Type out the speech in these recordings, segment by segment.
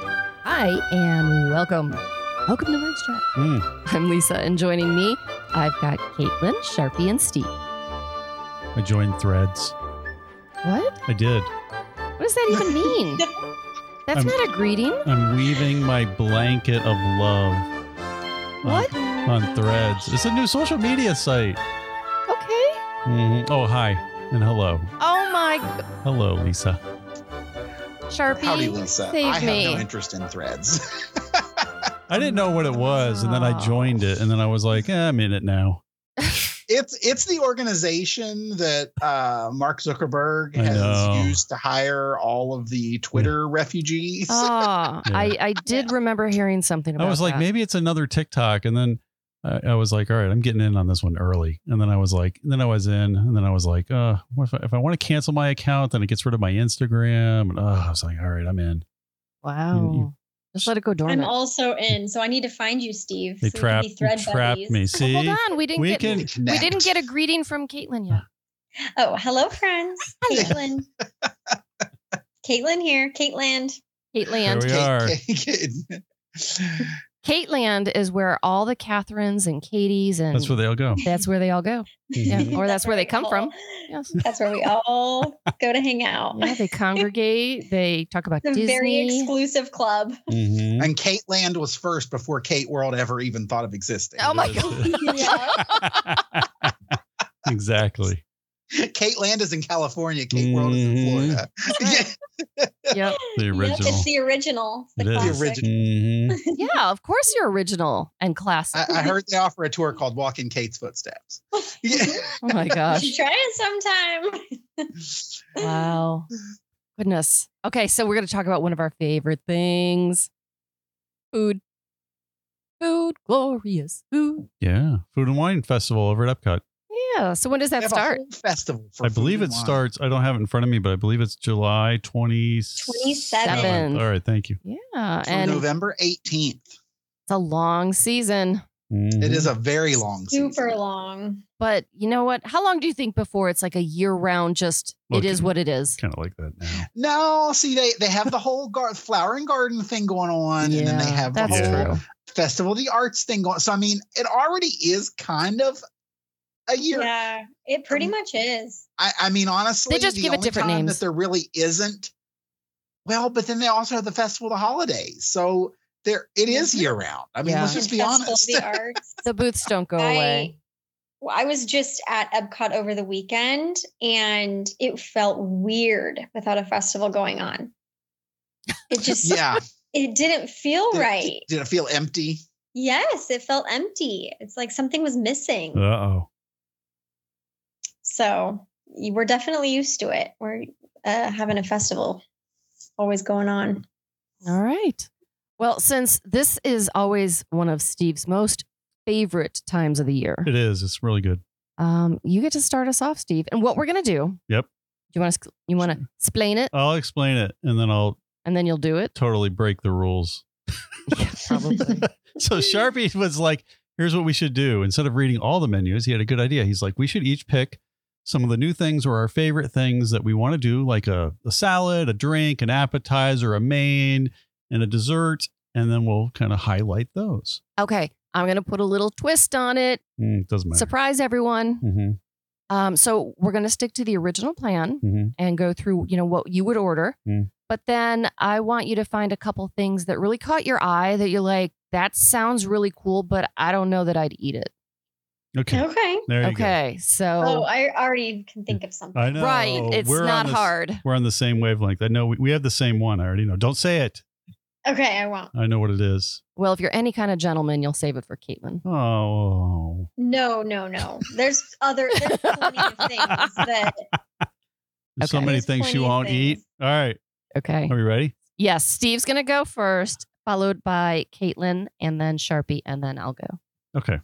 Hi, and welcome. Welcome to Merge Chat. Mm. I'm Lisa, and joining me, I've got Caitlin, Sharpie, and Steve. I joined threads. What? I did. What does that even mean? That's I'm- not a greeting. I'm weaving my blanket of love What? on threads. It's a new social media site. Okay. Mm-hmm. Mhm. Oh, hi. And hello. Oh my g- Hello, Lisa. Sharpie. Howdy, Lisa. save I have me. no interest in threads. I didn't know what it was, and then I joined it, and then I was like, eh, I'm in it now. it's it's the organization that uh, Mark Zuckerberg I know. has used to hire all of the Twitter refugees. Ah, Yeah. I, I did remember hearing something about I was like, that. maybe it's another TikTok, and then I, I was like, all right, I'm getting in on this one early, and then I was like, and then I was in, and then I was like, uh, what if I, if I want to cancel my account, then it gets rid of my Instagram, and uh, I was like, all right, I'm in. Wow. you- Just let it go dormant. I'm also in, so I need to find you, Steve. They so we can trapped, be thread trapped buddies. me. Well, See, hold on. We didn't we get can- To we connect. didn't get a greeting from Caitlin yet. Oh, hello, friends. Caitlin. Caitlin here. Caitlin. There Caitlin. We are. Caitland is where all the Catherines and Katies and that's where they'll go. that's where they all go. Yeah, Mm-hmm. Mhm. or that's where they we come all- from. Yes. That's where we all go to hang out. Yeah, they congregate. They talk about It's a Disney. very exclusive club. Mhm. and Kate Land was first before Kate World ever even thought of existing. Oh my Yes. god! exactly. Kate Land is in California. Kate World is in Mhm. Florida. yep. The original. it's the original. It's It the is. classic. original. Mhm. Yeah, of course you're original and classic. I, I heard they offer a tour called "Walk in Kate's Footsteps." Oh my You gosh! should try it sometime. Wow. Goodness. Okay, so we're going to talk about one of our favorite things: food. Food, glorious food. Yeah. Food and Wine Festival over at Epcot. Yeah. So when does They that have a start? whole festival. For I food believe and it wine. starts, I don't have it in front of me, but I believe it's July 27th. All right. Thank you. Yeah, through and it's November 18th. a long season. Mm-hmm. It is a very long Super season. long. But you know what? How long do you think before it's like a year round? Just it Okay. is what it is. Kind of like that now. No, see, they they have the whole gar- flower and garden thing going on, and then they have the that's Yeah. whole true. festival of the arts thing going. So I mean, it already is kind of a year. Yeah, it Um, pretty much is. I, I mean, honestly, They just the give it only different time names. That there really isn't. Well, but then they also have the festival of the holidays, so there it is year round. I mean, Yeah. let's just be Festival of honest. the Arts. The booths don't go away. I, well, I was just at Epcot over the weekend and it felt weird without a festival going on. It just yeah, it didn't feel Did- right. Did it feel empty? Yes, it felt empty. It's like something was missing. Uh oh. So y- we're definitely used to it. We're uh, having a festival always going on. All right. Well, since this is always one of Steve's most favorite times of the year, It is. It's really good. um, you get to start us off, Steve. And what we're gonna do? Yep. Do you want to? You want to explain it, I'll explain it and then I'll and then you'll do it. totally break the rules. Probably. Hmm. so Sharpie was like, here's what we should do. Instead of reading all the menus, he had a good idea. He's like, we should each pick some of the new things or our favorite things that we want to do, like a, a salad, a drink, an appetizer, a main, and a dessert. And then we'll kind of highlight those. okay. I'm gonna put a little twist on it. Mm, doesn't matter. Surprise everyone. Mhm, Um, so we're gonna stick to the original plan mhm. and go through, you know, what you would order. Mm. But then I want you to find a couple things that really caught your eye that you're like, that sounds really cool, but I don't know that I'd eat it. Okay. Okay. There you Okay. So Oh, I already can think of something. go. I know. Right. It's We're on not the s- hard. We're on the same wavelength. I know we, we have the same one. I already know. Don't say it. Okay, I won't. I know what it is. Well, if you're any kind of gentleman, you'll save it for Caitlin. Oh. No, no, no. There's other there's plenty of things that There's so Okay. many There's things plenty she of won't things. eat. All right. Okay. Are we ready? Yes. Steve's going to go first, followed by Caitlin and then Sharpie, and then I'll go. Okay.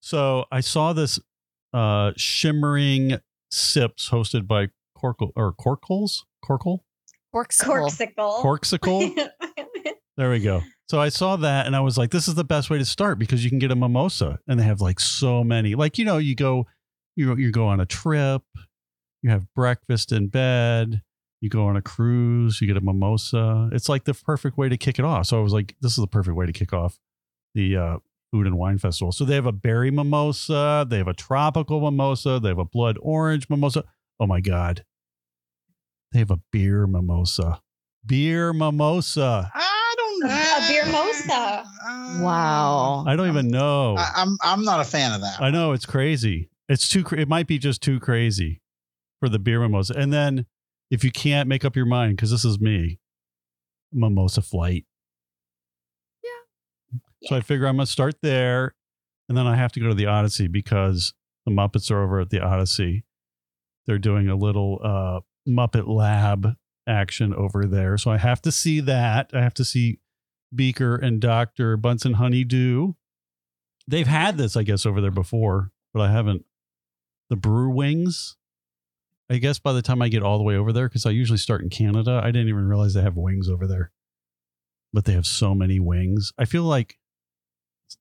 So I saw this uh shimmering sips hosted by Corkle or Corkles? Corkle? Corksicle. corksicle. Corksicle? there we go. So I saw that and I was like, this is the best way to start because you can get a mimosa and they have like so many. Like, you know, you go you you go on a trip, you have breakfast in bed, You go on a cruise, you get a mimosa. It's like the perfect way to kick it off. So I was like, this is the perfect way to kick off the uh, food and wine festival. So they have a berry mimosa, they have a tropical mimosa, they have a blood orange mimosa. Oh my God. They have a beer mimosa. Beer mimosa. I don't know. A beer mosa. Wow. I don't even know. I, I'm I'm not a fan of that. I know it's crazy. It's too. cra- It might be just too crazy for the beer mimosa. And then if you can't make up your mind, because this is me, mimosa flight. Yeah. So I figure I'm gonna start there, and then I have to go to the Odyssey because the Muppets are over at the Odyssey. They're doing a little uh, Muppet Lab action over there, so I have to see that. I have to see Beaker and Doctor Bunsen Honeydew. They've had this, I guess, over there before, but I haven't. The Brew Wings. I guess by the time I get all the way over there, because I usually start in Canada, I didn't even realize they have wings over there. But they have so many wings. I feel like,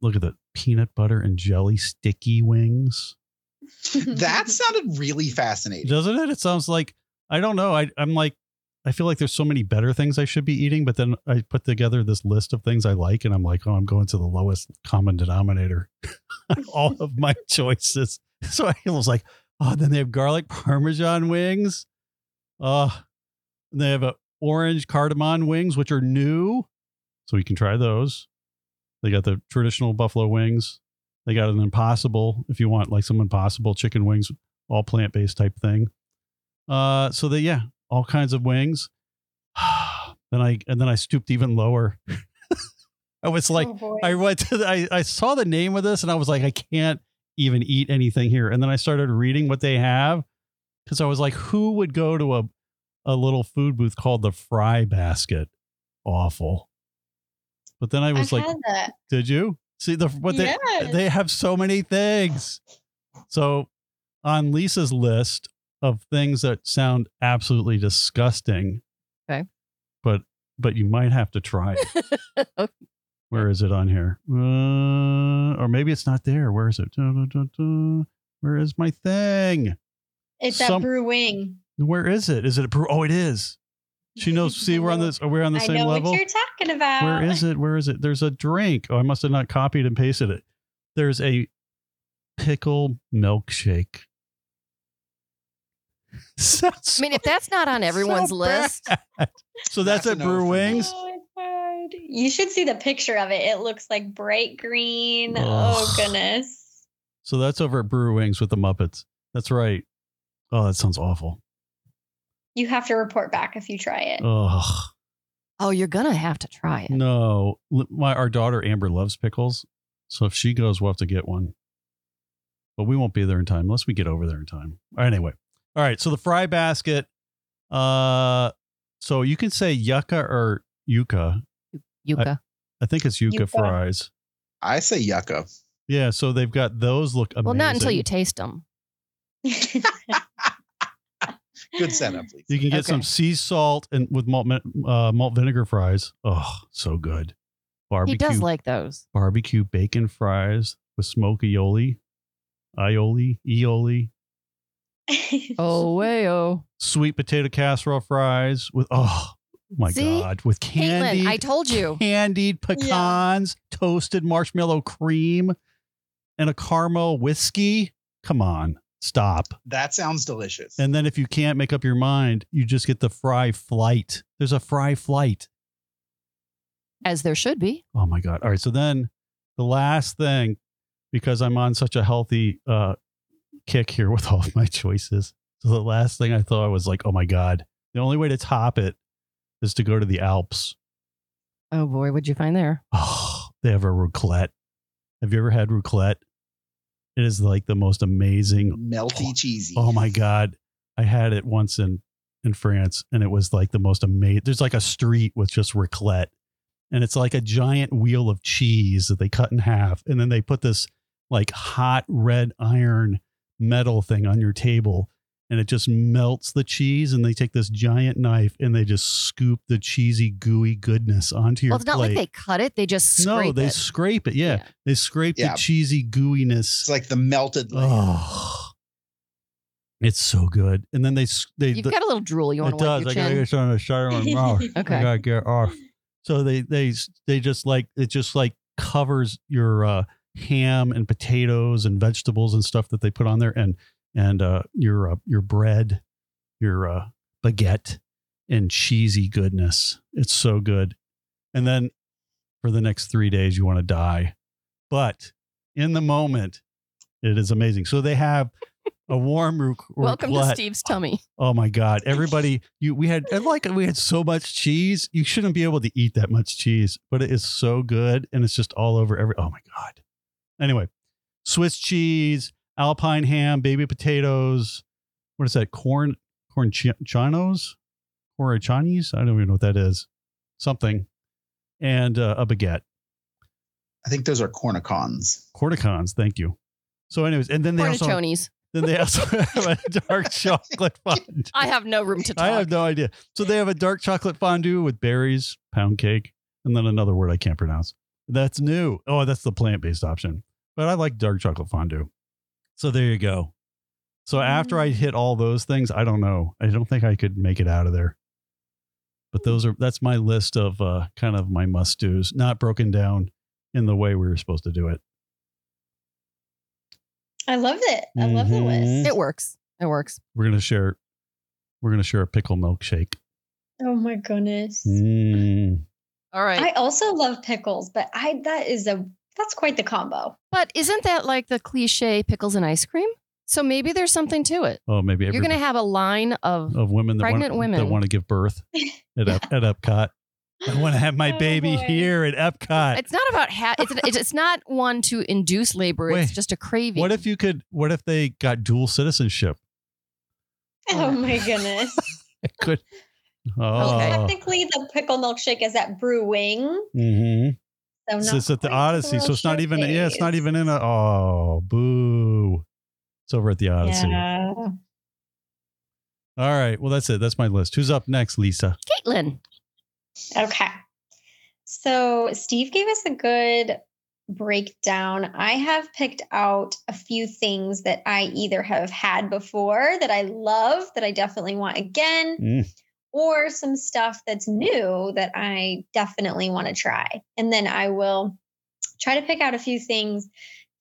look at the peanut butter and jelly sticky wings. That sounded really fascinating. Doesn't it? It sounds like I don't know. I I'm like I feel like there's so many better things I should be eating, but then I put together this list of things I like, and I'm like, oh, I'm going to the lowest common denominator on all of my choices. So I was like, oh, then they have garlic parmesan wings. Uh, and they have a orange cardamom wings, which are new, so you can try those. They got the traditional buffalo wings. They got an impossible if you want like some impossible chicken wings, all plant based type thing. Uh, so they yeah, all kinds of wings. then I and then I stooped even lower. I was like, Oh, boy. I went to the, I, I saw the name of this and I was like, I can't even eat anything here. And then I started reading what they have because I was like, who would go to a a little food booth called the Fry Basket? Awful. But then I I was like, had that. did you see the what they Yes. they have so many things. So on Lisa's list of things that sound absolutely disgusting. Okay. But but you might have to try it. Okay. Where is it on here? Uh, or maybe it's not there. Where is it? Da, da, da, da. Where is my thing? It's that some- brew wing. Where is it? Is it a pro? Oh, it is. She knows. See, we're on this. We're on the I same know level. what you're talking about. Where is it? Where is it? There's a drink. Oh, I must have not copied and pasted it. There's a pickle milkshake. Sounds I mean, if that's not on everyone's so list, bad. So that's, That's a at no Brew for me. Wings. Oh, it's hard. You should see the picture of it. It looks like bright green. Ugh. Oh goodness. So that's over at Brew Wings with the Muppets. That's right. Oh, that sounds awful. You have to report back if you try it. Ugh. oh, you're gonna have to try it. No, L- my our daughter Amber loves pickles, so if she goes, we'll have to get one. But we won't be there in time unless we get over there in time. Anyway, all right. So the fry basket. Uh, so you can say yucca or yucca. Yuka. I think it's yucca, Yucca. fries. I say yucca. Yeah. So they've got those. Look amazing. well, not until you taste them. Good setup, please. You can get some Okay. sea salt and with malt mi- uh, malt vinegar fries. Oh, so good. Barbecue. He does like those. barbecue bacon fries with smoke aioli, aioli, aioli. Oh, way oh. sweet potato casserole fries with oh my See? god with Caitlin, candied I told you. candied pecans, toasted marshmallow cream, and a caramel whiskey. Come on, stop. That sounds delicious. And then if you can't make up your mind, you just get the fry flight. There's a fry flight. As there should be. Oh my god. All right, so then the last thing because I'm on such a healthy uh kick here with all of my choices. So the last thing I thought was like, "Oh my god, the only way to top it is to go to the Alps." Oh boy, what'd you find there? Oh, they have a raclette. Have you ever had raclette? It is like the most amazing. Melty cheesy. Oh my god, I had it once in in France, and it was like the most amazing. There's like a street with just raclette, and it's like a giant wheel of cheese that they cut in half, and then they put this like hot red iron metal thing on your table. And it just melts the cheese, and they take this giant knife and they just scoop the cheesy, gooey goodness onto your Well, it's not plate. like they cut it; they just scrape No, they it. scrape it. Yeah. Yeah. They scrape Yeah. the cheesy gooiness. It's like the melted. layer. oh. It's so good. And then they s- they You've the- got a little drool you want it to wipe does. your I gotta chin. get on a shower on off. Okay. I gotta get off. So they they they just like it just like covers your uh, ham and potatoes and vegetables and stuff that they put on there and and uh, your uh, your bread, your uh, baguette and cheesy goodness. It's so good. And then for the next three days, you want to die, but in the moment, it is amazing. So they have a warm rou- Welcome to roulette. Steve's tummy. Oh my God. Everybody, you we had and like we had so much cheese. You shouldn't be able to eat that much cheese, but it is so good and it's just all over every oh my God. Anyway, Swiss cheese, alpine ham, baby potatoes. What is that? Corn corn chi- chinos? Cornichanis? I don't even know what that is. Something. And uh, a baguette. I think those are cornicons. Corticons, thank you. So, anyways, and then they also Cornichonies. then they also have a dark chocolate fondue. I have no room to talk. I have no idea. So they have a dark chocolate fondue with berries, pound cake, and then another word I can't pronounce. That's new. Oh, that's the plant based option. But I like dark chocolate fondue. So there you go. So after I hit all those things, I don't know. I don't think I could make it out of there. But those are that's my list of uh, kind of my must dos, not broken down in the way we were supposed to do it. I love it. I love the Mhm. list. It works. It works. We're gonna share. We're gonna share a pickle milkshake. Oh my goodness. Mm. All right. I also love pickles, but I that is a that's quite the combo. but isn't that like the cliche pickles and ice cream? So maybe there's something to it. Oh, maybe You're going to have a line of of women that Pregnant want, women. that want to give birth at Ep- at Epcot. I want to have my Oh, baby boy. here at Epcot. It's not about ha- it's, it's it's not one to induce labor. It's Wait, just a craving. What if you could? What if they got dual citizenship? Oh my goodness. I could. Well, Oh, technically the pickle milkshake is at Brewing. Mhm. So So not it's at the quite the Odyssey, so World it's not even. Yeah, it's not Showcase. even in a. Oh, boo! It's over at the Odyssey. Yeah. All right. Well, that's it. That's my list. Who's up next, Lisa? Caitlin? Okay. So Steve gave us a good breakdown. I have picked out a few things that I either have had before that I love that I definitely want again, Mm. or some stuff that's new that I definitely want to try. And then I will try to pick out a few things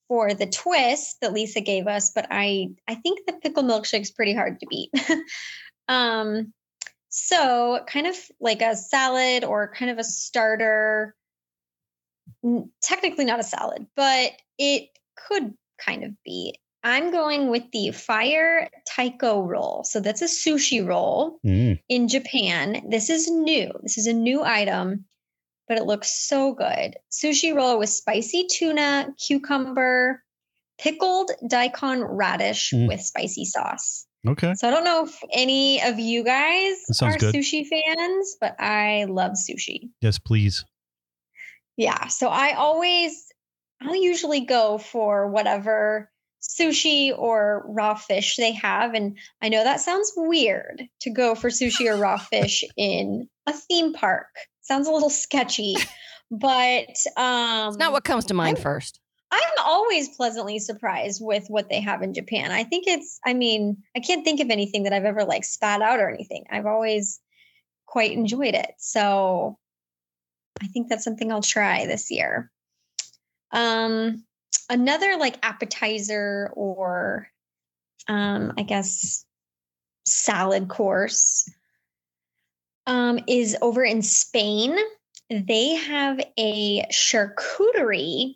for the twist that Lisa gave us, but I I think the pickle milkshake's pretty hard to beat. um so kind of like a salad or kind of a starter n- technically not a salad, but it could kind of be. I'm going with the fire taiko roll. So that's a sushi roll Mm. in Japan. This is new. This is a new item, but it looks so good. Sushi roll with spicy tuna, cucumber, pickled daikon radish Mm. with spicy sauce. Okay. So I don't know if any of you guys That sounds are good. sushi fans, but I love sushi. Yes, please. Yeah. So I always, I'll usually go for whatever sushi or raw fish they have. And I know that sounds weird to go for sushi or raw fish in a theme park. Sounds a little sketchy, but um, It's not what comes to mind I'm- first. I'm always pleasantly surprised with what they have in Japan. I think it's, I mean, I can't think of anything that I've ever like spat out or anything. I've always quite enjoyed it. So I think that's something I'll try this year. Um, another like appetizer or um, I guess salad course um, is over in Spain. They have a charcuterie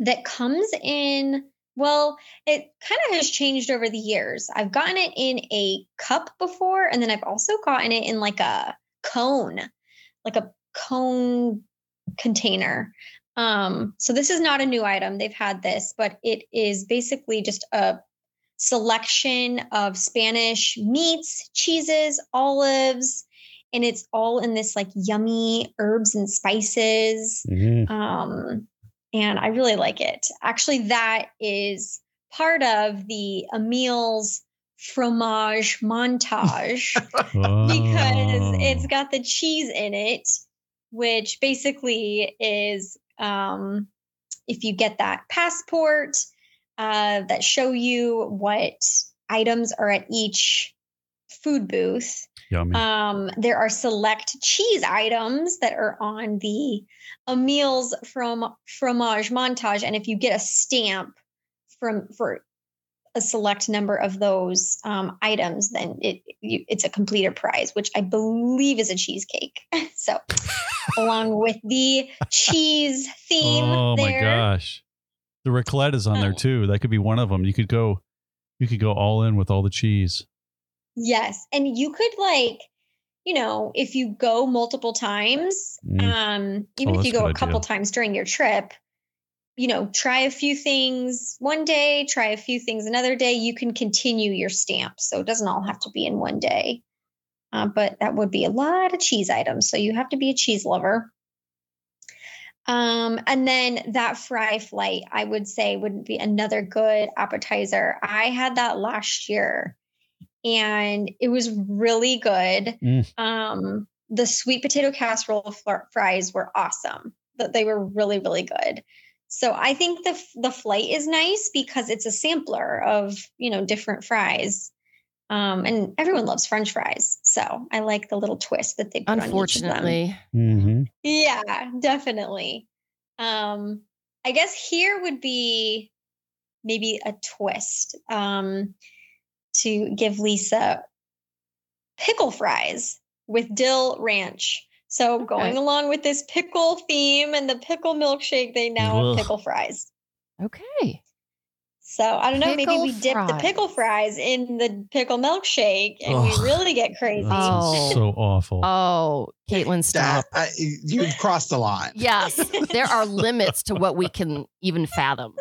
that comes in well it kind of has changed over the years i've gotten it in a cup before and then i've also gotten it in like a cone like a cone container um so this is not a new item they've had this but it is basically just a selection of spanish meats cheeses olives and it's all in this like yummy herbs and spices Mm. um, and I really like it. Actually, that is part of the Emile's fromage montage because it's Oh. got the cheese in it, which basically is um, if you get that passport uh, that show you what items are at each food booth. Yummy. Um, there are select cheese items that are on the uh, meals from fromage montage, and if you get a stamp from for a select number of those um, items, then it you, it's a completer prize, which I believe is a cheesecake. so, along with the cheese theme, oh my there. gosh. The raclette is on there Oh. too. That could be one of them. You could go you could go all in with all the cheese. Yes. And you could like, you know, if you go multiple times, Mm. um, even Oh, if you that's a go a good couple idea. times during your trip, you know, try a few things one day, try a few things another day. You can continue your stamp. So it doesn't all have to be in one day. Uh, but that would be a lot of cheese items. So you have to be a cheese lover. Um, and then that fry flight, I would say, would be another good appetizer. I had that last year and it was really good. Mm. Um, the sweet potato casserole fr- fries were awesome. Th- They were really, really good. So I think the f- the flight is nice because it's a sampler of you know different fries, um, and everyone loves French fries. So I like the little twist that they put on each of them. Unfortunately, Mm-hmm. Yeah, definitely. Um, I guess here would be maybe a twist um, to give Lisa pickle fries with dill ranch. So going Okay. along with this pickle theme and the pickle milkshake, they now Ugh. have pickle fries. okay. So I don't know, maybe Pickle we dip the pickle fries in the pickle milkshake and Ugh. we really get crazy. That sounds Oh. so awful. Oh, Caitlin, stop. That, I, you crossed the line. Yes, there are limits to what we can even fathom.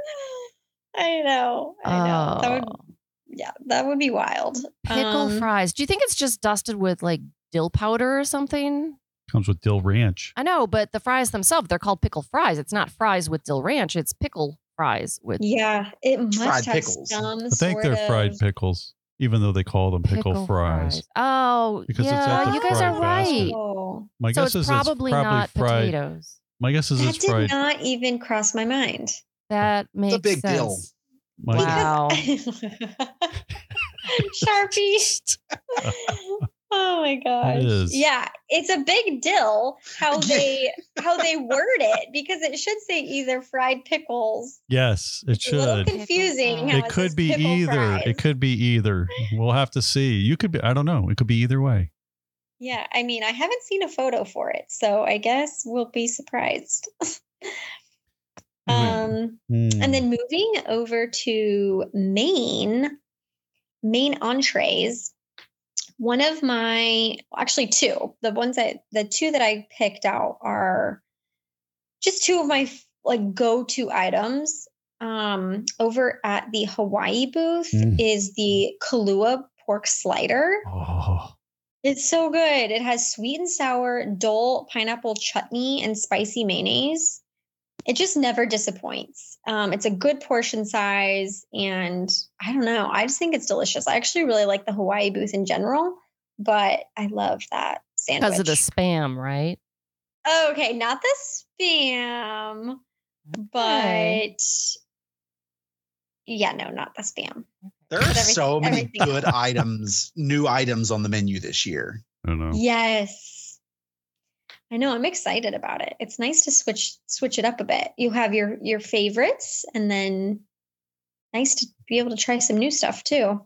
I know. I know. That would Oh. yeah, that would be wild. Pickle Um, fries. Do you think it's just dusted with like dill powder or something? Comes with dill ranch. I know, but the fries themselves, they're called pickle fries. It's not fries with dill ranch, it's pickle fries with Yeah, it must Fried have pickles. some I think sort they're of fried pickles, even though they call them pickle, fries. Oh, Because it's yeah, at the you guys are fried right. basket. Oh, My so guess it's is probably, it's probably not fried. potatoes. My guess is that it's did fried. not even cross my mind. That makes a big sense. deal. My Wow. Sharpie. oh my gosh. It is. Yeah, it's a big deal how Yeah. they how they word it because it should say either fried pickles. Yes, it It's a little should. confusing. how It says could be pickle either. fries. It could be either. We'll have to see. You could be. I don't know. It could be either way. Yeah, I mean, I haven't seen a photo for it, so I guess we'll be surprised. um, Hmm. and then moving over to main main entrees, one of my actually two, the ones that the two that I picked out are just two of my like go-to items. Um, over at the Hawaii booth Mm. is the Kalua pork slider. Oh, It's so good. It has sweet and sour, dull pineapple chutney, and spicy mayonnaise. It just never disappoints. Um, it's a good portion size. And I don't know, I just think it's delicious. I actually really like the Hawaii booth in general, but I love that sandwich. Because of the spam, right? okay, not the spam, Okay. but yeah, no, not the spam. There are Everything- so many everything. good items, new items on the menu this year. I don't know. Yes. I know I'm excited about it. It's nice to switch switch it up a bit. You have your your favorites and then nice to be able to try some new stuff too.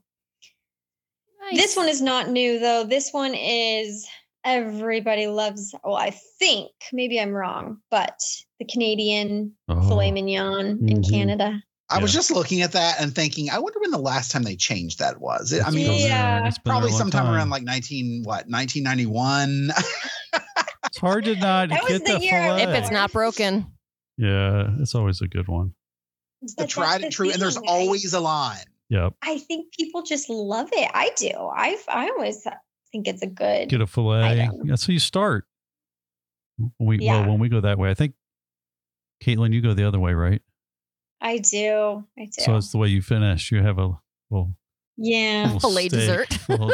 This one is not new though. This one is everybody loves well, I think maybe I'm wrong, but the Canadian Oh. filet mignon in Mhm. Canada. I was Yeah. just looking at that and thinking, I wonder when the last time they changed that was. It- I It's mean, been there- Yeah. it's been there a probably long sometime time. around like 19 what 1991 It's hard to not That was get the that year I was fillet. If it's not broken, yeah, it's always a good one. the But tried that's and the true and there's thing, right? always a line Yep. I think people just love it. I do. I've I always think it's a good Get a fillet. Item. That's how you start. We Yeah. well when we go that way. I think Caitlin, you go the other way, right? I do. I do. So it's the way you finish. You have a little, yeah. little Filet steak, dessert. little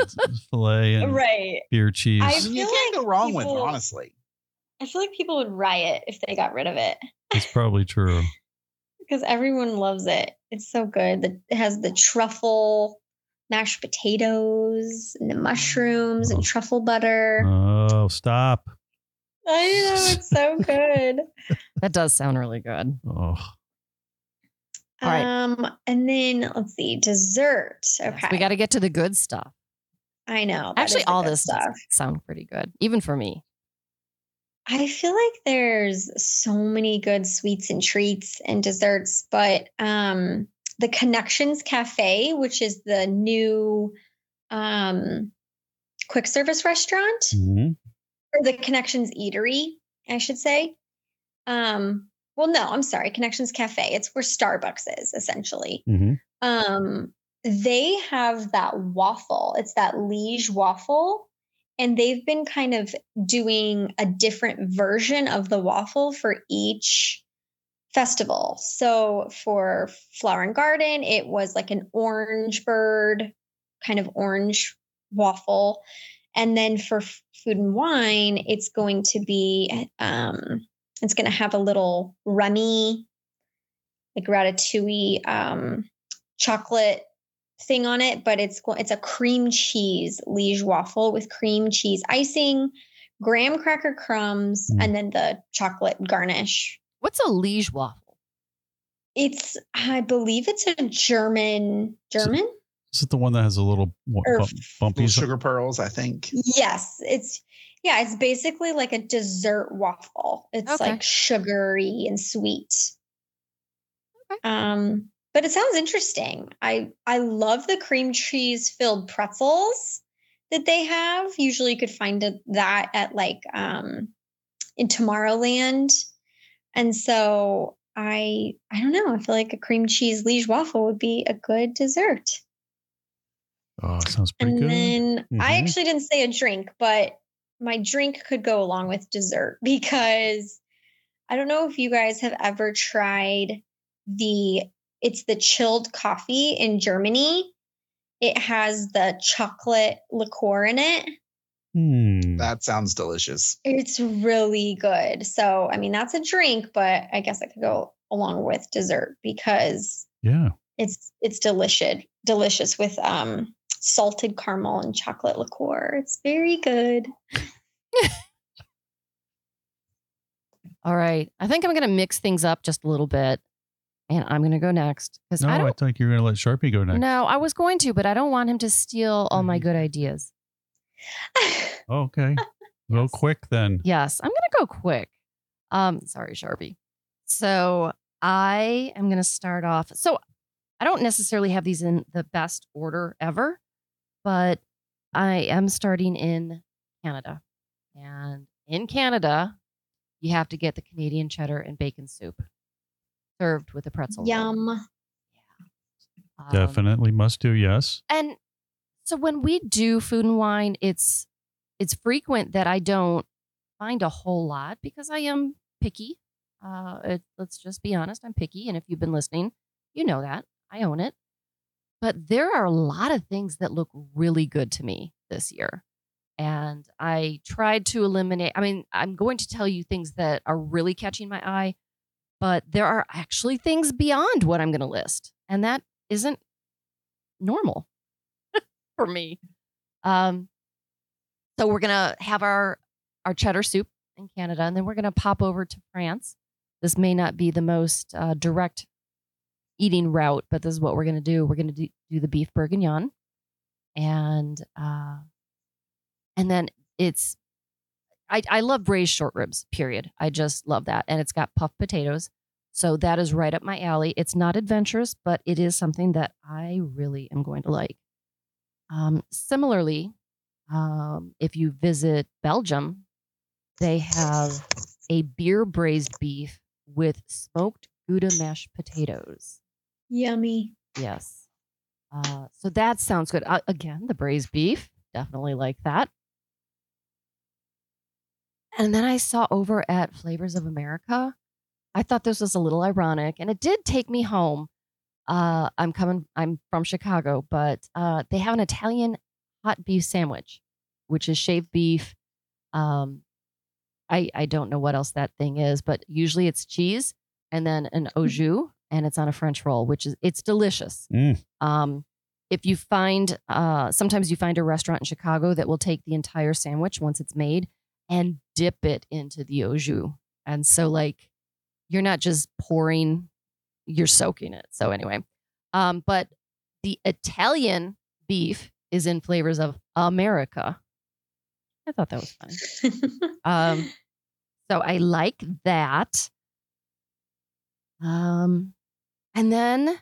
fillet and Right. beer cheese. I you feel can't like go wrong with it people- honestly I feel like people would riot if they got rid of it It's probably true. because everyone loves it. It's so good. The- It has the truffle mashed potatoes and the mushrooms Oh. and truffle butter. Oh, stop. I know it's so good. That does sound really good. Oh, All right. Um, and then let's see, dessert. Okay. We got to get to the good stuff. I know. that Actually, is the all good this stuff sound pretty good, even for me. I feel like there's so many good sweets and treats and desserts, but um the Connections Cafe, which is the new um quick service restaurant Mhm. Mm-hmm, or the Connections Eatery, I should say. Um well no, I'm sorry, Connections Cafe. It's where Starbucks is essentially. mm-hmm. Mhm. Um they have that waffle. It's that liege waffle and they've been kind of doing a different version of the waffle for each festival. So for Flower and Garden, it was like an orange bird, kind of orange waffle. And then for F- Food and Wine, it's going to be, um, it's going to have a little rummy, like ratatouille um, chocolate thing on it, but it's go- it's a cream cheese liege waffle with cream cheese icing, graham cracker crumbs, Mm. and then the chocolate garnish. What's a liege waffle? It's I believe it's a German German. Is it the one that has a little what, Or bump, bumpy? Little sugar pearls, I think. Mm. Yes, it's yeah, it's basically like a dessert waffle. It's Okay. like sugary and sweet. Okay. Um, but it sounds interesting. I I love the cream cheese filled pretzels that they have. Usually, you could find it- that at like um, in Tomorrowland, and so I I don't know. I feel like a cream cheese liege waffle would be a good dessert. Oh, it sounds pretty And good. then I Mhm. actually didn't say a drink, but my drink could go along with dessert because I don't know if you guys have ever tried the it's the chilled coffee in Germany. It has the chocolate liqueur in it. Hmm. That sounds delicious. It's really good. So, I mean, that's a drink, but I guess it could go along with dessert because yeah. it's it's delicious, delicious with um salted caramel and chocolate liqueur. It's very good. All right. I think I'm going to mix things up just a little bit. And I'm going to go next because No, I I, don't. think you're going to let Sharpie go next. No, I was going to, but I don't want him to steal all my Mhm. good ideas. Oh, okay. Go quick then. Yes, I'm going to go quick. Um, sorry, Sharpie. So I am going to start off. So I don't necessarily have these in the best order ever, but I am starting in Canada. And in Canada, you have to get the Canadian cheddar and bacon soup served with a pretzel. roll. Yum. Um, Definitely must do. Yes. and so when we do food and wine it's it's frequent that i don't find a whole lot because i am picky uh it, let's just be honest i'm picky and if you've been listening you know that i own it but there are a lot of things that look really good to me this year and i tried to eliminate i mean i'm going to tell you things that are really catching my eye but there are actually things beyond what i'm going to list and that isn't normal for me. Um, so we're gonna have our our cheddar soup in Canada, and then we're gonna pop over to France. This may not be the most uh, direct eating route, but this is what we're gonna do. We're gonna do, do the beef bourguignon, and uh, and then it's I I love braised short ribs. Period. I just love that, and it's got puffed potatoes. So that is right up my alley. It's not adventurous, but it is something that I really am going to like. Um, similarly, um, if you visit Belgium, they have a beer braised beef with smoked Gouda mashed potatoes. Yummy. Yes. Uh, so that sounds good. Uh, again, the braised beef, definitely like that. And then I saw over at Flavors of America. I thought this was a little ironic, and it did take me home. Uh, I'm coming. I'm from Chicago, but uh, they have an Italian hot beef sandwich, which is shaved beef. Um, I I don't know what else that thing is, but usually it's cheese and then an au jus, and it's on a French roll, which is it's delicious. Mm. Um, if you find, uh, sometimes you find a restaurant in Chicago that will take the entire sandwich once it's made and dip it into the au jus. And so, like, you're not just pouring, you're soaking it. So, anyway, um, but the Italian beef is in flavors of America. I thought that was fun. Um, so I like that. Um, and then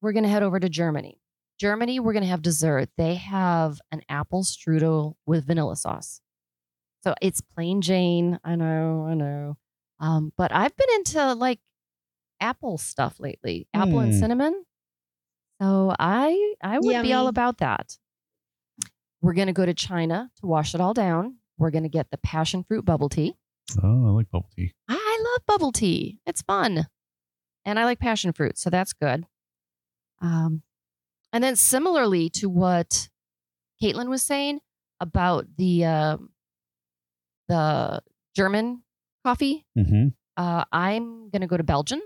we're gonna head over to Germany. Germany, we're gonna have dessert. They have an apple strudel with vanilla sauce. So it's plain Jane. I know, I know. Um, but I've been into like apple stuff lately, apple and Hmm. cinnamon. So I I would be all Yummy. about that. We're gonna go to China to wash it all down. We're gonna get the passion fruit bubble tea. Oh, I like bubble tea. I- I love bubble tea. It's fun. And I like passion fruit, so that's good. Um, and then similarly to what Caitlin was saying about the um the German coffee, Mm-hmm. uh, I'm gonna go to Belgium,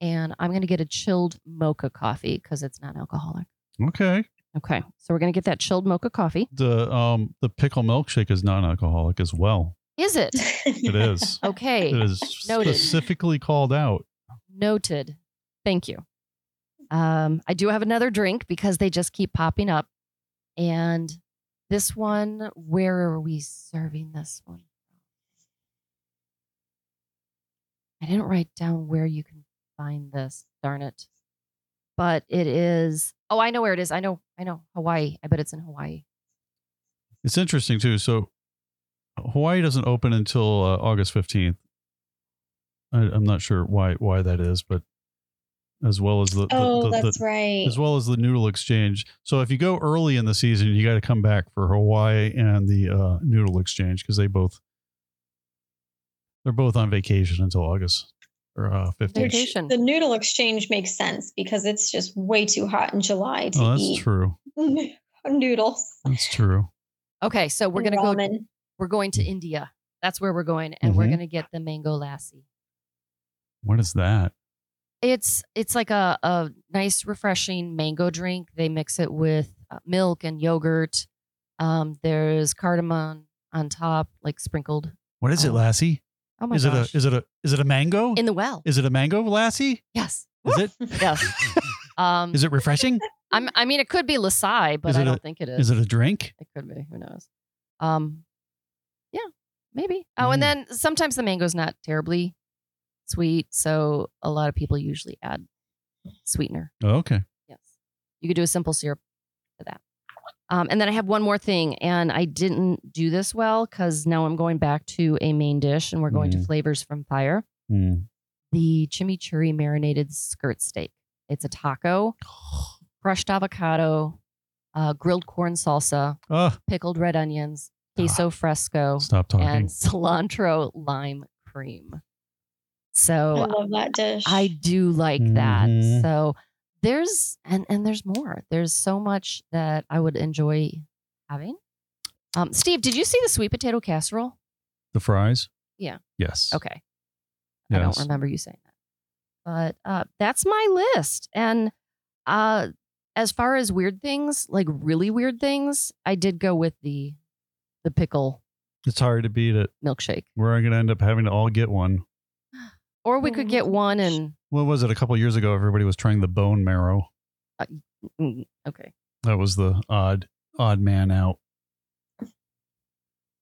and I'm gonna get a chilled mocha coffee because it's not alcoholic. Okay. Okay, so we're gonna get that chilled mocha coffee. The um the pickle milkshake is non-alcoholic as well. Is it It is. Oh, okay? It is Noted. specifically called out. Noted. Thank you. Um, I do have another drink because they just keep popping up. And this one, where are we serving this one? I didn't write down where you can find this, darn it. But it is, oh, I know where it is. I know, I know, Hawaii. I bet it's in Hawaii. It's interesting too. So Hawaii doesn't open until uh, August fifteenth. I'm not sure why why that is, but as well as the, the- oh, the- the- that's right. as well as the noodle exchange. So if you go early in the season, you got to come back for Hawaii and the uh, noodle exchange because they both they're both on vacation until August or uh, fifteenth. Which Vacation. The noodle exchange makes sense because it's just way too hot in July to oh, that's eat true. noodles. That's true. Okay, so we're going to go, ramen. we're going to India. That's where we're going. And we're Mhm. going to get the mango lassi. What is that? It's it's like a, a nice refreshing mango drink. They mix it with uh, milk and yogurt. Um, there's cardamom on top, like sprinkled. What is it, Oh, Lassie? Oh my is gosh! it a is it a is it a mango? in the well? is it a mango, Lassie? yes. Is it Yes. Um, is it refreshing? I'm, I mean, it could be Lasai, but Is I it don't a- think it is. is it a drink? It could be. Who knows? Um, yeah, maybe. Oh, and then Mm. sometimes the mango's not terribly sweet, so a lot of people usually add sweetener. Oh, okay. Yes. You could do a simple syrup for that. Um, and then I have one more thing, and I didn't do this well because now I'm going back to a main dish and we're going to Mm. flavors from fire. Hmm. The chimichurri marinated skirt steak. It's a taco, crushed avocado, uh, grilled corn salsa, Ah, pickled red onions, queso fresco, stop talking. Oh, and cilantro lime cream. So I love that dish. Oh, I do like Mhm. that. So there's and and there's more. There's so much that I would enjoy having. Um, Steve, did you see the sweet potato casserole? the fries? Yeah. Yes. Okay, Yes. I don't remember you saying that, but uh, that's my list. And uh, as far as weird things, like really weird things, I did go with the the pickle It's hard to beat it. milkshake, We're going to end up having to all get one. or we could get one and What was it? A couple years ago, everybody was trying the bone marrow. mm, okay, That was the odd, odd man out.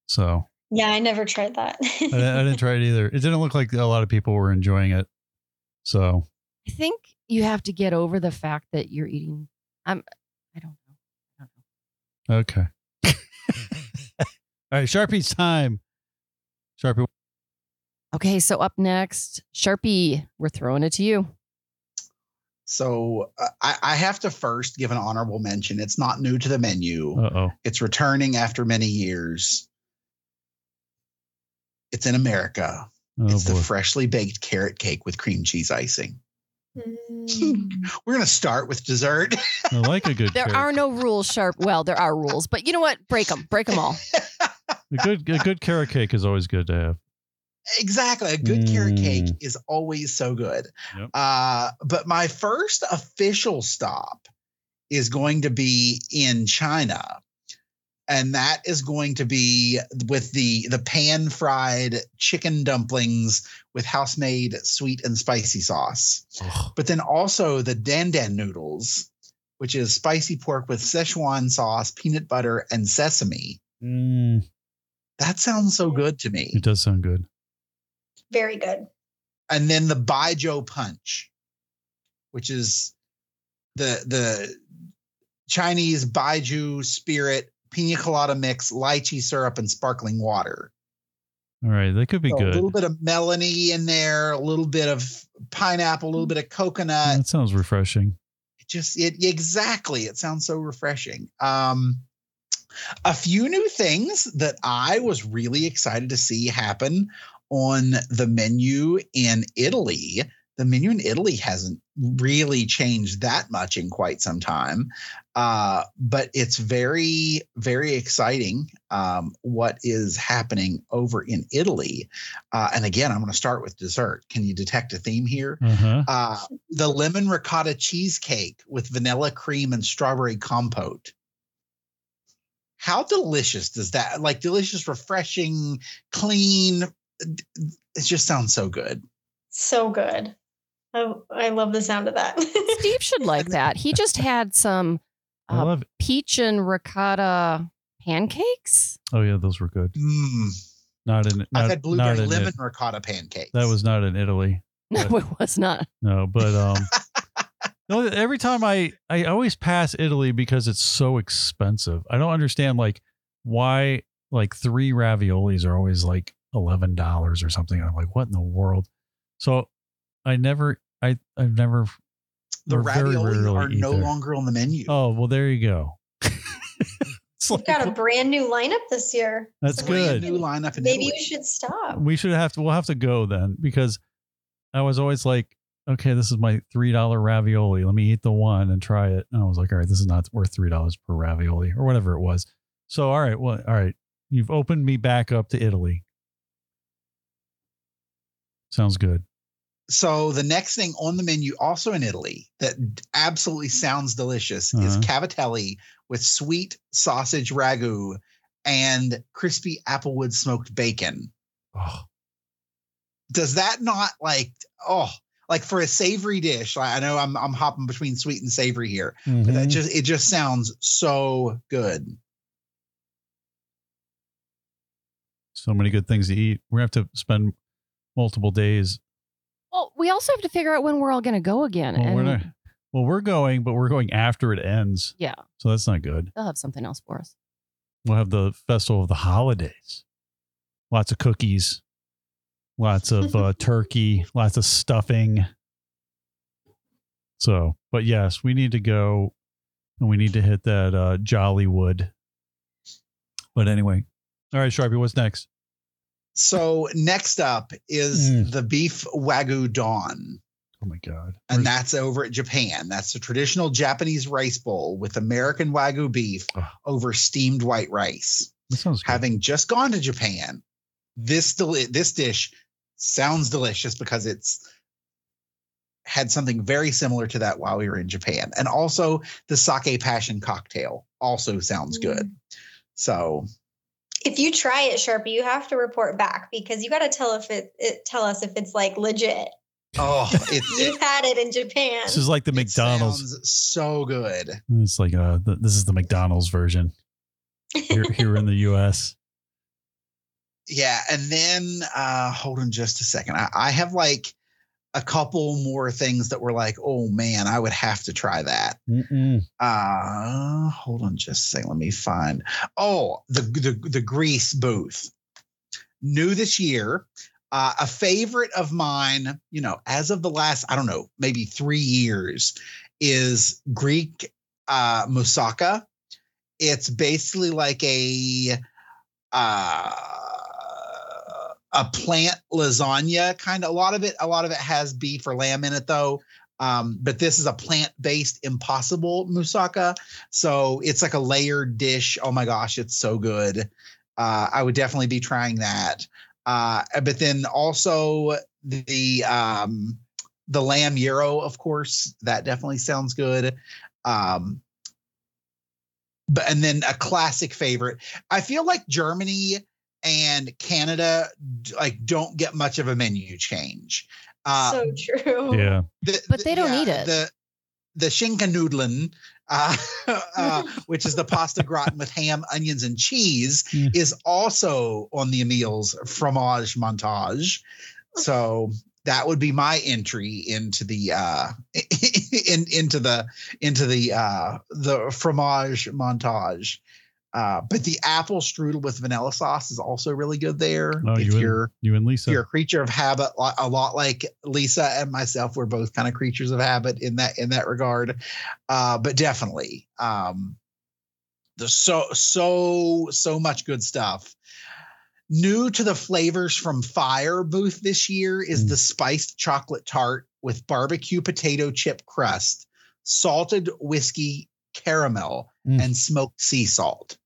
So yeah, I never tried that. I, di- I didn't try it either. It didn't look like a lot of people were enjoying it. So I think you have to get over the fact that you're eating. I'm. I don't know. I don't know. okay. all right, Sharpie's time. Sharpie. Okay, so up next, Sharpie, we're throwing it to you. So uh, I, I have to first give an honorable mention. It's not new to the menu. Uh oh. It's returning after many years. It's in America. Oh it's the boy. freshly baked carrot cake with cream cheese icing. Mm. We're going to start with dessert. I like a good. There carrot- are no rules, Sharp. Well, there are rules, but you know what? Break them. Break them all. a good. A good carrot cake is always good to have. Exactly. A good carrot cake Mm. is always so good. Yep. Uh, but my first official stop is going to be in China. And that is going to be with the the pan fried chicken dumplings with house made sweet and spicy sauce. Ugh. But then also the dandan noodles, which is spicy pork with Szechuan sauce, peanut butter, and sesame. Mm, That sounds so good to me. it does sound good. Very good. and then the Baijiu punch, which is the the Chinese Baiju spirit, pina colada mix, lychee syrup, and sparkling water. All right, that could be So A little good. bit of melony in there, a little bit of pineapple, a little bit of coconut. that sounds refreshing. It Just it exactly. It sounds so refreshing. Um, a few new things that I was really excited to see happen on the menu in Italy. The menu in Italy hasn't really changed that much in quite some time, uh, but it's very, very exciting um, what is happening over in Italy. Uh, and again, I'm going to start with dessert. Can you detect a theme here? Uh huh. uh, the lemon ricotta cheesecake with vanilla cream and strawberry compote. How delicious does that like delicious, refreshing, clean? d- d- It just sounds so good. So good. Oh, I love the sound of that. Steve should like that. He just had some I Uh, love. It. peach and ricotta pancakes. Oh yeah, those were good. Mm. Not in. Not, I've had blueberry not in lemon It. ricotta pancakes. That was not in Italy. No, Yeah. it was not. No, but um. no, every time I I always pass Italy because it's so expensive. I don't understand like why like three raviolis are always like eleven dollars or something. I'm like, what in the world? So I never I I've never the or very ravioli rarely are no either. longer on the menu. Oh well, there you go. It's We've like- got a brand new lineup this year. That's Brand good. New lineup in Maybe Italy. you should stop. we should have to. We'll have to go then because I was always like, okay, this is my three dollar ravioli. Let me eat the one and try it. And I was like, all right, this is not worth three dollars per ravioli or whatever it was. So all right, well, all right, you've opened me back up to Italy. Sounds good. So the next thing on the menu, also in Italy, that absolutely sounds delicious is Uh-huh. cavatelli with sweet sausage ragu and crispy applewood smoked bacon. Oh, Does that not like oh like for a savory dish? I I know I'm I'm hopping between sweet and savory here, but that mhm. just it just sounds so good. so many good things to eat. We're gonna have to spend multiple days. Well, we also have to figure out when we're all going to go again, Well, and we're not, well, we're going, but we're going after it ends. Yeah. So that's not good. they'll have something else for us. We'll have the festival of the holidays. Lots of cookies, lots of uh, turkey, lots of stuffing. So, but yes, we need to go and we need to hit that uh, Jollywood. But anyway, all right, Sharpie, what's next? So next up is Mm. the beef wagyu don. Oh my God. Where's- and that's over at Japan. That's the traditional Japanese rice bowl with American wagyu beef Ugh. over steamed white rice. that sounds good. Having just gone to Japan, this deli- this dish sounds delicious because it's had something very similar to that while we were in Japan. And also the sake passion cocktail also sounds Mm. good. So If you try it, Sharpie, you have to report back because you got to tell if it, it tell us if it's like legit. oh it's You've it, had it in Japan. this is like the it McDonald's. sounds so good. it's like uh, th- this is the McDonald's version here, here in the U.S. yeah and then uh hold on just a second I, I have like a couple more things that were like oh man i would have to try that Mm-mm. uh hold on just a second let me find oh the the, the grease booth new this year uh, a favorite of mine you know as of the last i don't know maybe three years is greek uh moussaka it's basically like a uh, a plant lasagna kind of a lot of it a lot of it has beef or lamb in it though um, but this is a plant-based impossible moussaka so it's like a layered dish oh my gosh it's so good uh, i would definitely be trying that uh, but then also the um, the lamb euro of course that definitely sounds good um, but and then a classic favorite. I feel like Germany and Canada d- like don't get much of a menu change. Uh, so true. ah. Yeah. the- But the- they don't need it. The the Shinkanudeln, uh, uh, which is the pasta gratin with ham, onions, and cheese, Yeah. is also on the Emil's fromage montage. So that would be my entry into the uh, in, into the into the uh, the fromage montage. Uh, but the apple strudel with vanilla sauce is also really good there. Oh, if you would- you're You and if you're Lisa. a creature of habit, lo- a lot like Lisa and myself. We're both kind of creatures of habit in that in that regard. Uh, but definitely, um, there's so so so much good stuff. New to the flavors from Fire Booth this year is Mm. the spiced chocolate tart with barbecue potato chip crust, salted whiskey caramel, Mm. and smoked sea salt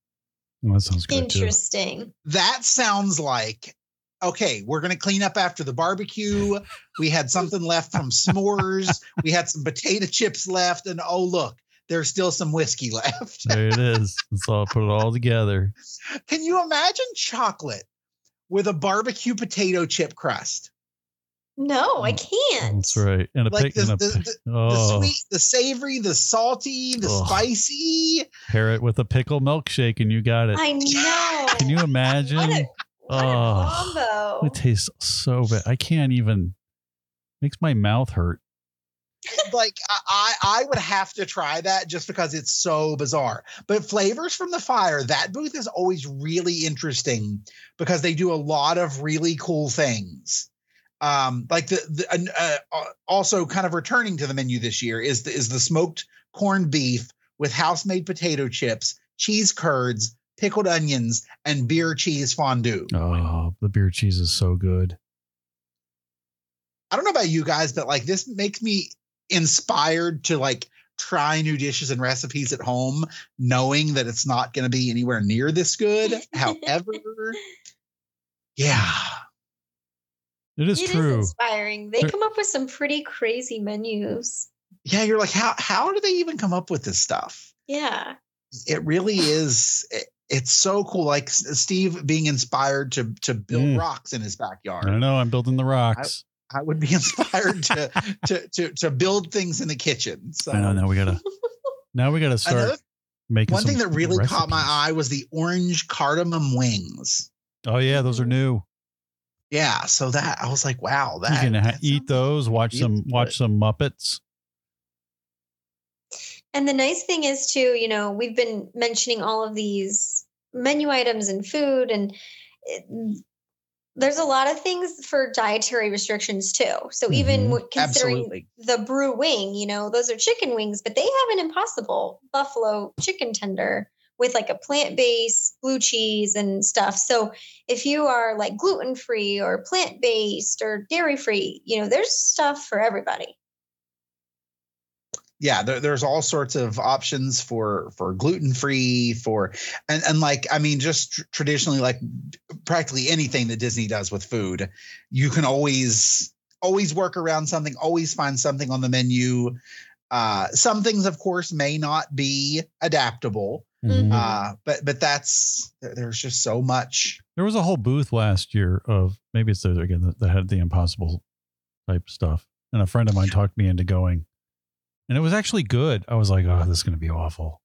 Well, that sounds good too. Interesting. that sounds like okay we're going to clean up after the barbecue we had something left from smores we had some potato chips left and oh look there's still some whiskey left There it is. Let's all put it all together. can you imagine chocolate with a barbecue potato chip crust No, I can't. Mm, That's right. And a Like pick the- and a the- pic- the oh, sweet the savory the salty the Ugh. spicy pair it with a pickle milkshake, and you got it. I know. Can you imagine? What a, what a Oh. combo. It tastes so bad. I can't even. Makes my mouth hurt. like I, I I would have to try that just because it's so bizarre. But flavors from the fire, that booth is always really interesting because they do a lot of really cool things. Um, like the, the an- uh, uh, also kind of returning to the menu this year is the, is the smoked corned beef with house made potato chips, cheese curds, pickled onions, and beer cheese fondue. Oh, the beer cheese is so good. I don't know about you guys, but like this makes me inspired to like try new dishes and recipes at home, knowing that it's not going to be anywhere near this good. However, yeah, It is It is true. inspiring. They There- come up with some pretty crazy menus. yeah, you're like, how how do they even come up with this stuff? Yeah. It really is. It, it's so cool. Like S- Steve being inspired to to build Mm. rocks in his I backyard. don't know. I'm building the rocks. I would be inspired to, to to to build things in the kitchen. So I know. Now we gotta. Now we gotta start Another making. One thing that some really caught my recipes. eye was the orange cardamom wings. Oh yeah, those are new. Yeah, so that I was like, wow, that You can ha- that eat sounds- those. Watch really some. Watch good. some Muppets. And the nice thing is too, you know, we've been mentioning all of these menu items and food and it, there's a lot of things for dietary restrictions too. So even Mhm. w- considering Absolutely. the brew wing, you know, those are chicken wings, but they have an impossible buffalo chicken tender with like a plant based blue cheese and stuff. So if you are like gluten free or plant based or dairy free, you know, there's stuff for everybody. Yeah, there, there's all sorts of options for for gluten free, for and and like I mean, just tr- traditionally, like practically anything that Disney does with food, you can always always work around something, always find something on the menu. Uh, some things, of course, may not be adaptable, Mm-hmm. Mhm. uh, but but that's there- there's just so much There was a whole booth last year of maybe it's those again that, that had the impossible type stuff. And a friend of mine talked me into going. And it was actually good. I was like, oh, this is going to be awful.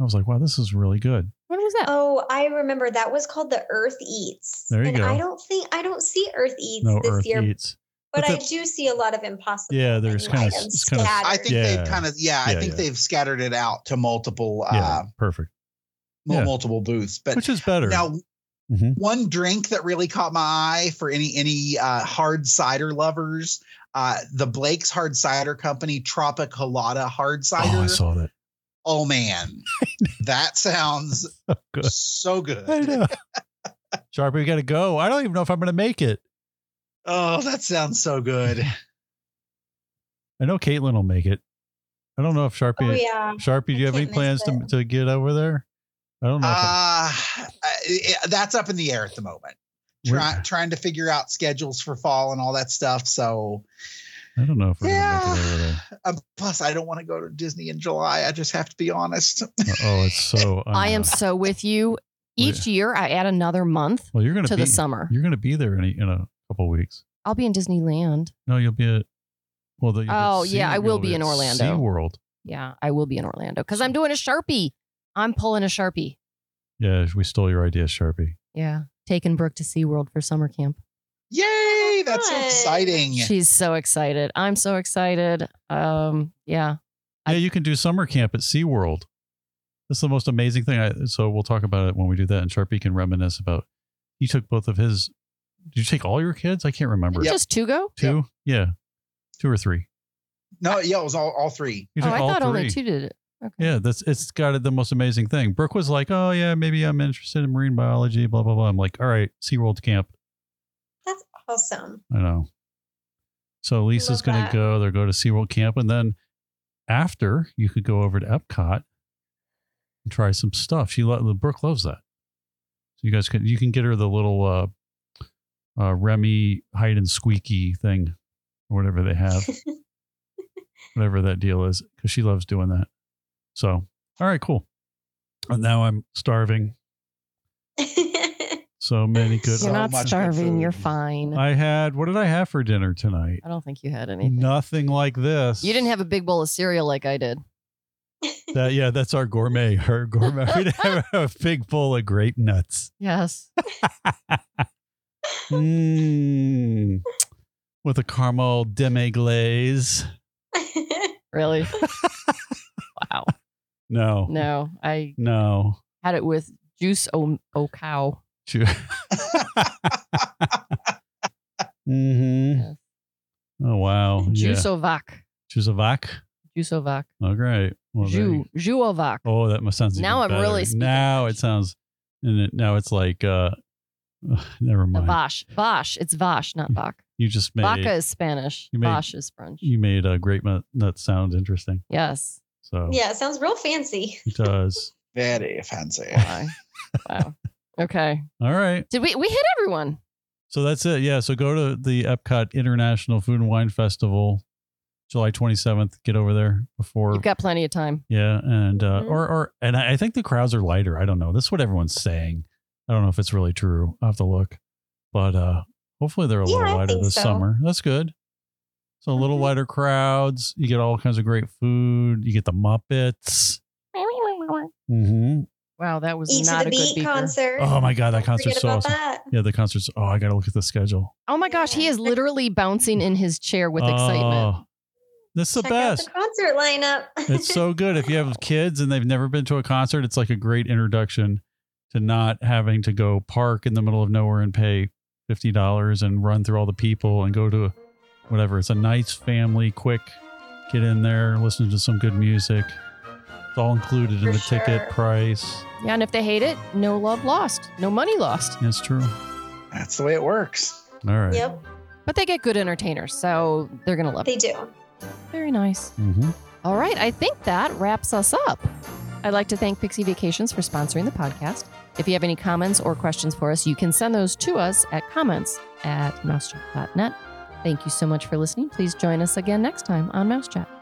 I was like, wow, this is really good. When was that? Oh, I remember that was called the Earth Eats. There you and go. I don't think I don't see Earth Eats No this Earth year, Eats. but But I the- do see a lot of impossible. Yeah, there's menu kinda s- items it's kinda s- I scattered. think Yeah. they've kind of yeah, Yeah, I think yeah. they've scattered it out to multiple Yeah, uh perfect. mul- yeah. multiple booths. But Which is better. now Mhm. one drink that really caught my eye for any any uh hard cider lovers, uh the Blake's Hard Cider Company Tropic Colada Hard Oh, I Cider. saw that. Oh, man. that sounds Good. so good. I know. Sharpie, we got to go. I don't even know if I'm going to make it. Oh, that sounds so good. I know Caitlin will make it. I don't know if Sharpie. Oh yeah. Sharpie, do you have any can't miss plans to, it. to get over there? I don't know. if I- Uh, I- I- that's up in the air at the moment. We're- Try, trying to figure out schedules for fall and all that stuff. So I don't know if we're gonna make it over Yeah. there. Uh, plus, I don't want to go to Disney in July. I just have to be honest. Oh, it's so. I am unknown. so with Oh, you. Each year, I add another month Well, you're gonna to be, the summer. You're gonna be there in a, in a couple weeks. I'll be in Disneyland. No, you'll be at. Well, the, you'll be at Oh, yeah, I will you'll be in at Orlando. SeaWorld. Yeah, I will be in Orlando because I'm doing a Sharpie. I'm pulling a Sharpie. Yeah, we stole your idea, Sharpie. Yeah. Taking Brooke to SeaWorld for summer camp. Yay! That's so Fun. exciting. She's so excited. I'm so excited. Um, yeah. I- Yeah, you can do summer camp at SeaWorld. That's the most amazing thing. I, so we'll talk about it when we do that. And Sharpie can reminisce about he took both of his. Did you take all your kids? I can't remember. Just two go? Two? Yeah. Two or three. No, yeah, it was all, all three. You Oh, took I all thought only three. two did it. Okay. Yeah, that's it's got the most amazing thing. Brooke was like, "Oh yeah, maybe I'm interested in marine biology." Blah blah blah. I'm like, "All right, SeaWorld camp." That's awesome. I know. So Lisa's Love going to that. go. They'll go to SeaWorld camp, and then after you could go over to Epcot and try some stuff. She lo- Brooke loves that. So you guys can you can get her the little uh, uh, Remy hide and squeaky thing, or whatever they have, whatever that deal is, because she loves doing that. So all right, cool. And now I'm starving. So many good. You're So not much good starving. food. You're fine. I, I had what did I have for dinner tonight? don't think you had anything. Nothing like this. You didn't have a big bowl of cereal like I did. That yeah, that's our gourmet. Her gourmet. We'd have a big bowl of grape nuts Yes. mm. with a caramel demi glaze. Really? wow. No, No, I no. had it with juice o, o cow. Chew- Mhm. Mm. Oh wow. Juice o vac. yeah. Chusovac. Juice o vac. Oh great. Well, there you- Ju. Ju o vac. Oh, that must sounds. Now even I'm really better. speaking Now Dutch. it sounds. And it, now it's like. uh Never The mind. Vash. Vash. It's Vash, not Vac. You just made Vaca is Spanish. Mm. you made- Vash is French. you made a grape nut, nut sound interesting. Yes. So yeah, it sounds real fancy. it does. Very fancy. Wow. wow. Okay. All right. Did we we hit everyone? So that's it. Yeah. So go to the Epcot International Food and Wine Festival, July 27th. Get over there before. You've got plenty of time. yeah. And, uh, Mhm. or, or, and I I think the crowds are lighter. I don't know. That's what everyone's saying. I don't know if it's really true. I'll have to look. But, uh, hopefully they're a Yeah, I little lighter think this so. summer. That's good. So a little Mhm. lighter crowds. You get all kinds of great food. You get the Muppets. Mm-hmm. Wow, that was Eat not to the a good beat beaker. concert. Oh my God. That Don't concert's forget so about awesome. that. Yeah. The concert's, oh, I got to look at the schedule. Oh my gosh, he is literally bouncing in his chair with excitement. Oh, that's the Check out best. the concert lineup. it's so good. If you have kids and they've never been to a concert, it's like a great introduction to not having to go park in the middle of nowhere and pay fifty dollars and run through all the people and go to a, whatever. It's a nice family quick get in there, listen to some good music. It's all included For in the sure. ticket price. Yeah, and if they hate it, no love lost, no money lost. It's true. That's the way it works. All right. Yep, But they get good entertainers, so they're gonna love it. they do. Very nice. Mm-hmm. All right, I think that wraps us up. I'd like to thank Pixie Vacations for sponsoring the podcast. If you have any comments or questions for us, you can send those to us at comments at mousechat.net. Thank you so much for listening. Please join us again next time on Mousechat.